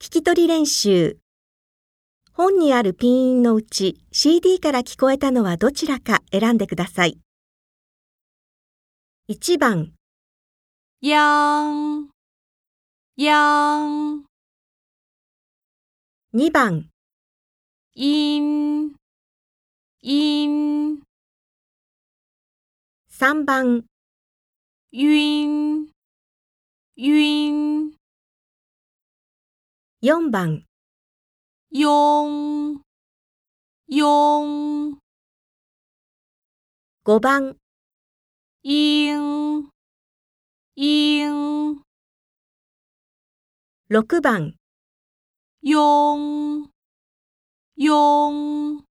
聞き取り練習。本にあるピンのうち CD から聞こえたのはどちらか選んでください。1番、央央2番、音音3番、晕晕4番、拥拥5番、英英6番。拥拥。